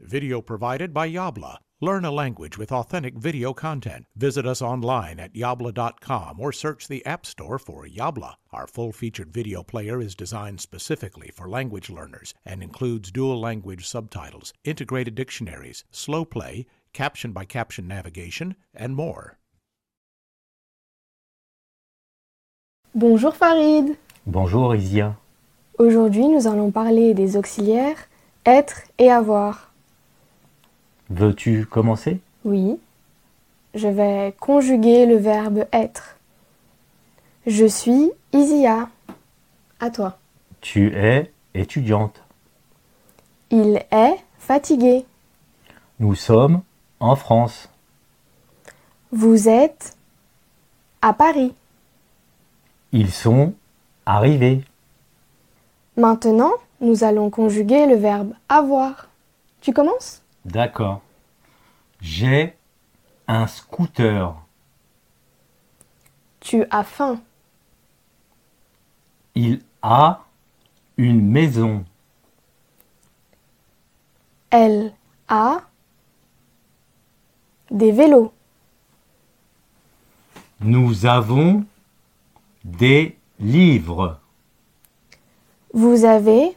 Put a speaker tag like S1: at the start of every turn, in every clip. S1: Video provided by Yabla. Learn a language with authentic video content. Visit us online at yabla.com or search the App Store for Yabla. Our full featured video player is designed specifically for language learners and includes dual language subtitles, integrated dictionaries, slow play, caption by caption navigation, and more.
S2: Bonjour Farid
S3: Bonjour Isia.
S2: Aujourd'hui nous allons parler des auxiliaires être et avoir.
S3: Veux-tu commencer
S2: Oui. Je vais conjuguer le verbe être. Je suis Isia. À toi.
S3: Tu es étudiante.
S2: Il est fatigué.
S3: Nous sommes en France.
S2: Vous êtes à Paris.
S3: Ils sont arrivés.
S2: Maintenant, nous allons conjuguer le verbe avoir. Tu commences
S3: D'accord. J'ai un scooter.
S2: Tu as faim.
S3: Il a une maison.
S2: Elle a des vélos.
S3: Nous avons des livres.
S2: Vous avez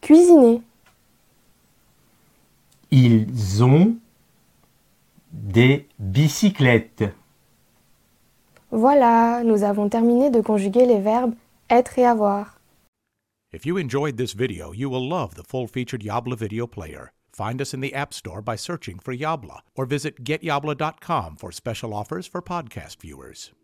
S2: cuisiné.
S3: Ils ont des bicyclettes.
S2: Voilà, nous avons terminé de conjuguer les verbes être et avoir.
S1: If you enjoyed this video, you will love the full featured Yabla video player. Find us in the App Store by searching for Yabla or visit getyabla.com for special offers for podcast viewers.